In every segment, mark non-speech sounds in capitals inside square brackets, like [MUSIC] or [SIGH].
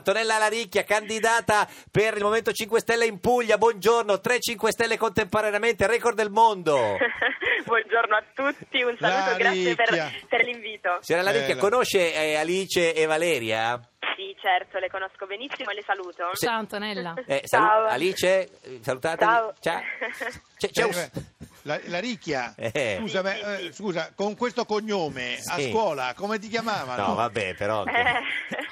Antonella Laricchia, candidata per il Movimento 5 Stelle in Puglia. Buongiorno, tre 5 Stelle contemporaneamente, record del mondo. [LAUGHS] Buongiorno a tutti, un saluto, La grazie per, nicchia. per l'invito. Signora Laricchia, Bella. conosce eh, Alice e Valeria? Sì, certo, le conosco benissimo e le saluto. [LAUGHS] Sì. Ciao Antonella. Eh, Ciao. Alice, eh, salutatemi. Ciao. Ciao. C'è, c'è Eh, un- beh, la, la ricchia. [LAUGHS] Eh. Scusa, ma, Sì, sì, eh, sì. scusa, con questo cognome a Sì. scuola come ti chiamavano? No, vabbè, però... [LAUGHS]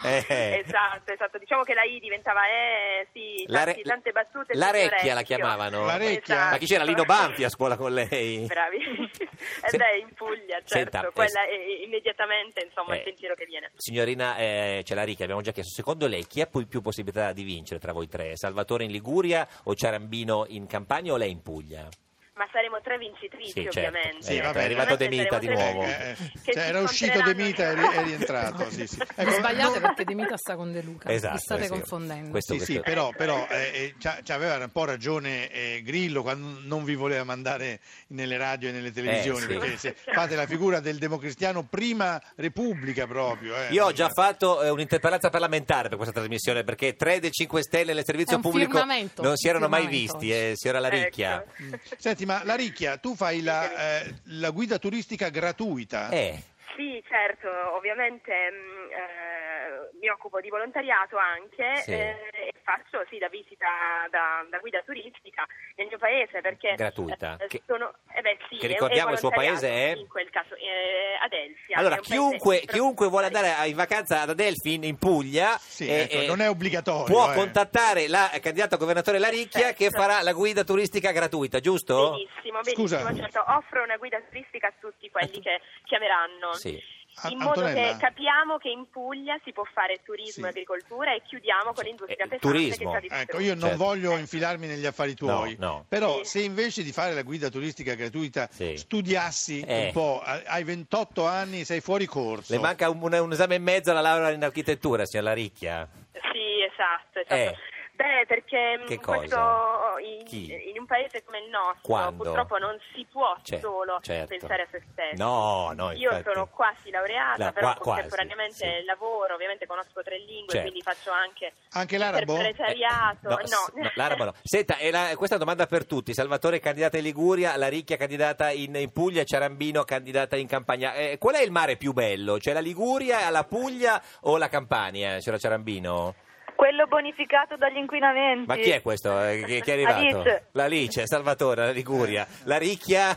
Eh, Eh. Esatto, esatto, diciamo che la I diventava eh, sì, La tanti- re- tante battute. la sul recchia la orecchio. chiamavano? La recchia? Esatto. Ma chi c'era? Lino Banfi a scuola con lei? Bravi. [LAUGHS] Se- Ed è in Puglia, certo, Senta, eh, quella è- è immediatamente, insomma, Eh. il pensiero che viene. Signorina eh, Celaricchi, abbiamo già chiesto, secondo lei chi ha poi più possibilità di vincere tra voi tre? Salvatore in Liguria o Ciarambino in Campania o lei in Puglia? Ma saremo tre vincitrici, Sì, certo. ovviamente. Sì, vabbè, è arrivato De Ovviamente Mita di saremo tre nuovo. vincitrici Eh, eh, che cioè, si era uscito De Mita e scontreranno. è rientrato. Sì, sì. Ecco, Sbagliate no- perché De Mita sta con De Luca. Esatto, Vi state eh sì. confondendo. Questo- Sì, sì, però, però eh, eh, c'ha- c'aveva un po' ragione eh, Grillo quando non vi voleva mandare nelle radio e nelle televisioni, Eh, sì. perché se fate la figura del democristiano prima Repubblica proprio. eh. Io ho già fatto eh, un'interpellanza parlamentare per questa trasmissione perché tre dei 5 Stelle nel servizio È un pubblico firmamento, non si un erano mai firmamento visti, oggi. eh, signora Laricchia. Ecco. Mm. [LAUGHS] Senti, ma la Ricchia, tu fai la, eh, la guida turistica gratuita? Eh, Sì, certo, ovviamente mh, eh, mi occupo di volontariato anche Sì. eh, e faccio sì, da visita da, da guida turistica nel mio paese perché Gratuita. eh, Che- sono- eh beh, sì, che è- è ricordiamo il suo paese volontariato, è? in quel caso eh, Adelphi. allora è un paese chiunque, proprio- chiunque vuole andare a- in vacanza ad Adelphi in, in Puglia eh, Sì, ecco, non è obbligatorio, può eh. Certo. contattare la candidata a governatore Laricchia che Perfetto. farà la guida turistica gratuita, giusto? Benissimo, benissimo, Scusa. certo, offro una guida turistica a tutti quelli che chiameranno. Sì. A- In modo Antonella? che capiamo che in Puglia si può fare turismo Sì. e agricoltura e chiudiamo con Sì, l'industria eh, pesante turismo. che sta Ecco, io non Certo. voglio infilarmi negli affari tuoi, no. però Sì. se invece di fare la guida turistica gratuita Sì. studiassi Eh. un po', a- hai 28 anni, sei fuori corso. Le manca un, un esame e mezzo alla laurea in architettura, signora Laricchia. Sì, esatto, esatto. Eh. Beh, perché mh, Che cosa? questo in, Chi? in un paese come il nostro Quando? purtroppo non si può Cioè, solo certo. pensare a se stessi. No, no, Io infatti. sono quasi laureata, La- però qua- quasi, contemporaneamente sì. lavoro, ovviamente conosco tre lingue, Certo. quindi faccio anche Anche l'arabo? interpretariato. Eh, s- no, [LAUGHS] l'arabo no. Senta, e la- questa è una domanda per tutti. Salvatore candidata in Liguria, la Ricchia candidata in, in Puglia, Ciarambino candidata in Campania. Eh, qual è il mare più bello? C'è la Liguria, la Puglia o la Campania, signora Ciarambino? Quello bonificato dagli inquinamenti. Ma chi è questo eh, che, che è arrivato? Alice. La Lice, Salvatore, la Liguria. La Ricchia...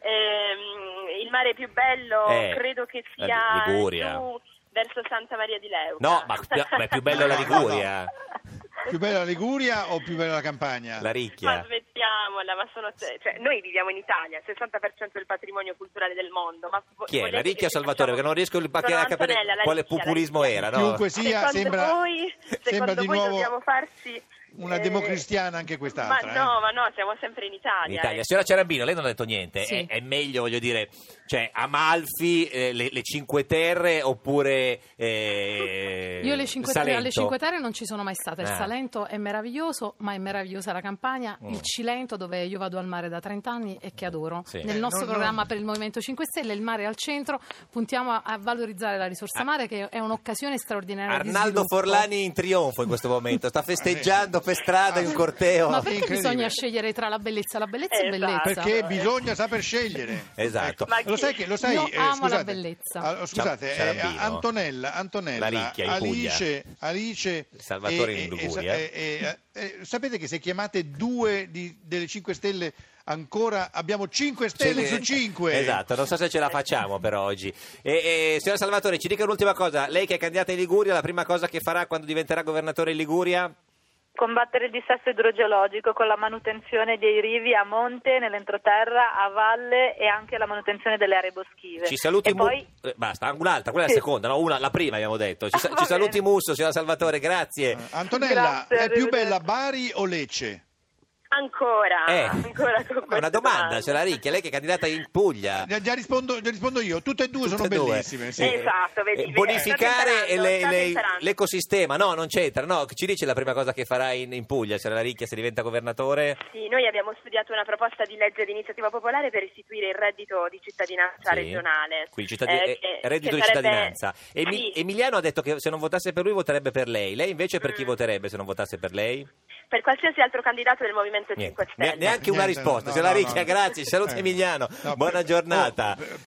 Ehm, il mare più bello Eh, credo che la sia Liguria. giù verso Santa Maria di Leuca. No, ma, ma è più bello la Liguria, Più bella la Liguria o più bella la Campania? la [LAUGHS] Ma Ricchia. smettiamola, ma sono cioè, noi viviamo in Italia, il 60% del patrimonio culturale del mondo. Ma vo- Chi è? volete La Ricchia o che Salvatore? Perché non facciamo- riesco a Sono Antonella, capire la quale Ricchia, la populismo Ricchia. era. No? Chiunque sia, Secondo sembra, voi, sembra secondo di voi nuovo dobbiamo farci una eh, democristiana anche Ma quest'altra. eh. no, ma no, siamo sempre in Italia. in Italia. eh. Signora Cerambino, lei non ha detto niente. Sì. È, è meglio, voglio dire, cioè Amalfi, eh, le, le Cinque Terre oppure. eh, Io alle Cinque Terre, Salento? alle Cinque Terre non ci sono mai stata. Il Ah. Salento è meraviglioso, ma è meravigliosa la Campania, Mm. il Cilento dove io vado al mare da 30 anni e che adoro. Sì. Nel Eh, nostro non- non- programma per il Movimento 5 Stelle, il mare è al centro, puntiamo a, a valorizzare la risorsa Ah. mare che è un'occasione straordinaria. di Arnaldo sviluppo. Forlani in trionfo in questo momento, sta festeggiando per strada in un corteo. Ma perché Incredibile. bisogna scegliere tra la bellezza, la bellezza e Esatto. bellezza? Perché Esatto, eh. bisogna saper scegliere. [LAUGHS] Esatto. Ma Lo chi- sai che lo sai, Io eh, amo la scusate, bellezza. Ah, scusate, Ciao, eh, Ciarambino. Antonella, La Antonella, Ricchia, in Puglia. Alice, Alice Salvatore e- in e- e- Liguria. e- e- e- e- sapete che se chiamate due di- delle 5 stelle ancora abbiamo 5 stelle Sì, su 5. Esatto, non so se ce la facciamo per oggi. E, e, signora Salvatore, ci dica un'ultima cosa. Lei che è candidata in Liguria, la prima cosa che farà quando diventerà governatore in Liguria? Combattere il dissesto idrogeologico con la manutenzione dei rivi a monte, nell'entroterra, a valle e anche la manutenzione delle aree boschive. Ci saluti e Mu- poi eh, Basta, un'altra, quella è Sì. la seconda, no? Una, la prima abbiamo detto. Ah, Ci, sa- Va ci saluti bene. Musso, signora Salvatore, grazie. Eh, Antonella, Grazie, è più arrivederci. bella Bari o Lecce? Ancora, Eh, Ah, ancora con ma [LAUGHS] una domanda, queste domande. c'è la Ricchia, lei che è candidata in Puglia. Già, già rispondo, già rispondo io, tutte e due Eh. Tutte sono e due. bellissime. sì. Eh, Esatto, vedi, eh, vedi, Bonificare state imparando, le- state le- imparando. l'ecosistema, no, non c'entra. No, ci dice la prima cosa che farà in, in Puglia, c'è la Ricchia se diventa governatore. Sì, noi abbiamo studiato una proposta di legge di iniziativa popolare per istituire il reddito di cittadinanza Sì. regionale. Quindi cittadi- Eh, eh, che- reddito di che sarebbe- cittadinanza. Emi- Sì, Emiliano ha detto che se non votasse per lui voterebbe per lei. Lei invece per chi Mm. voterebbe se non votasse per lei? per qualsiasi altro candidato del Movimento 5 Niente. Stelle. Ne- neanche una Niente, risposta. no, c'è la no, Ricchia, no. grazie. Saluta Eh. Emiliano. No, Buona per- giornata. oh, per-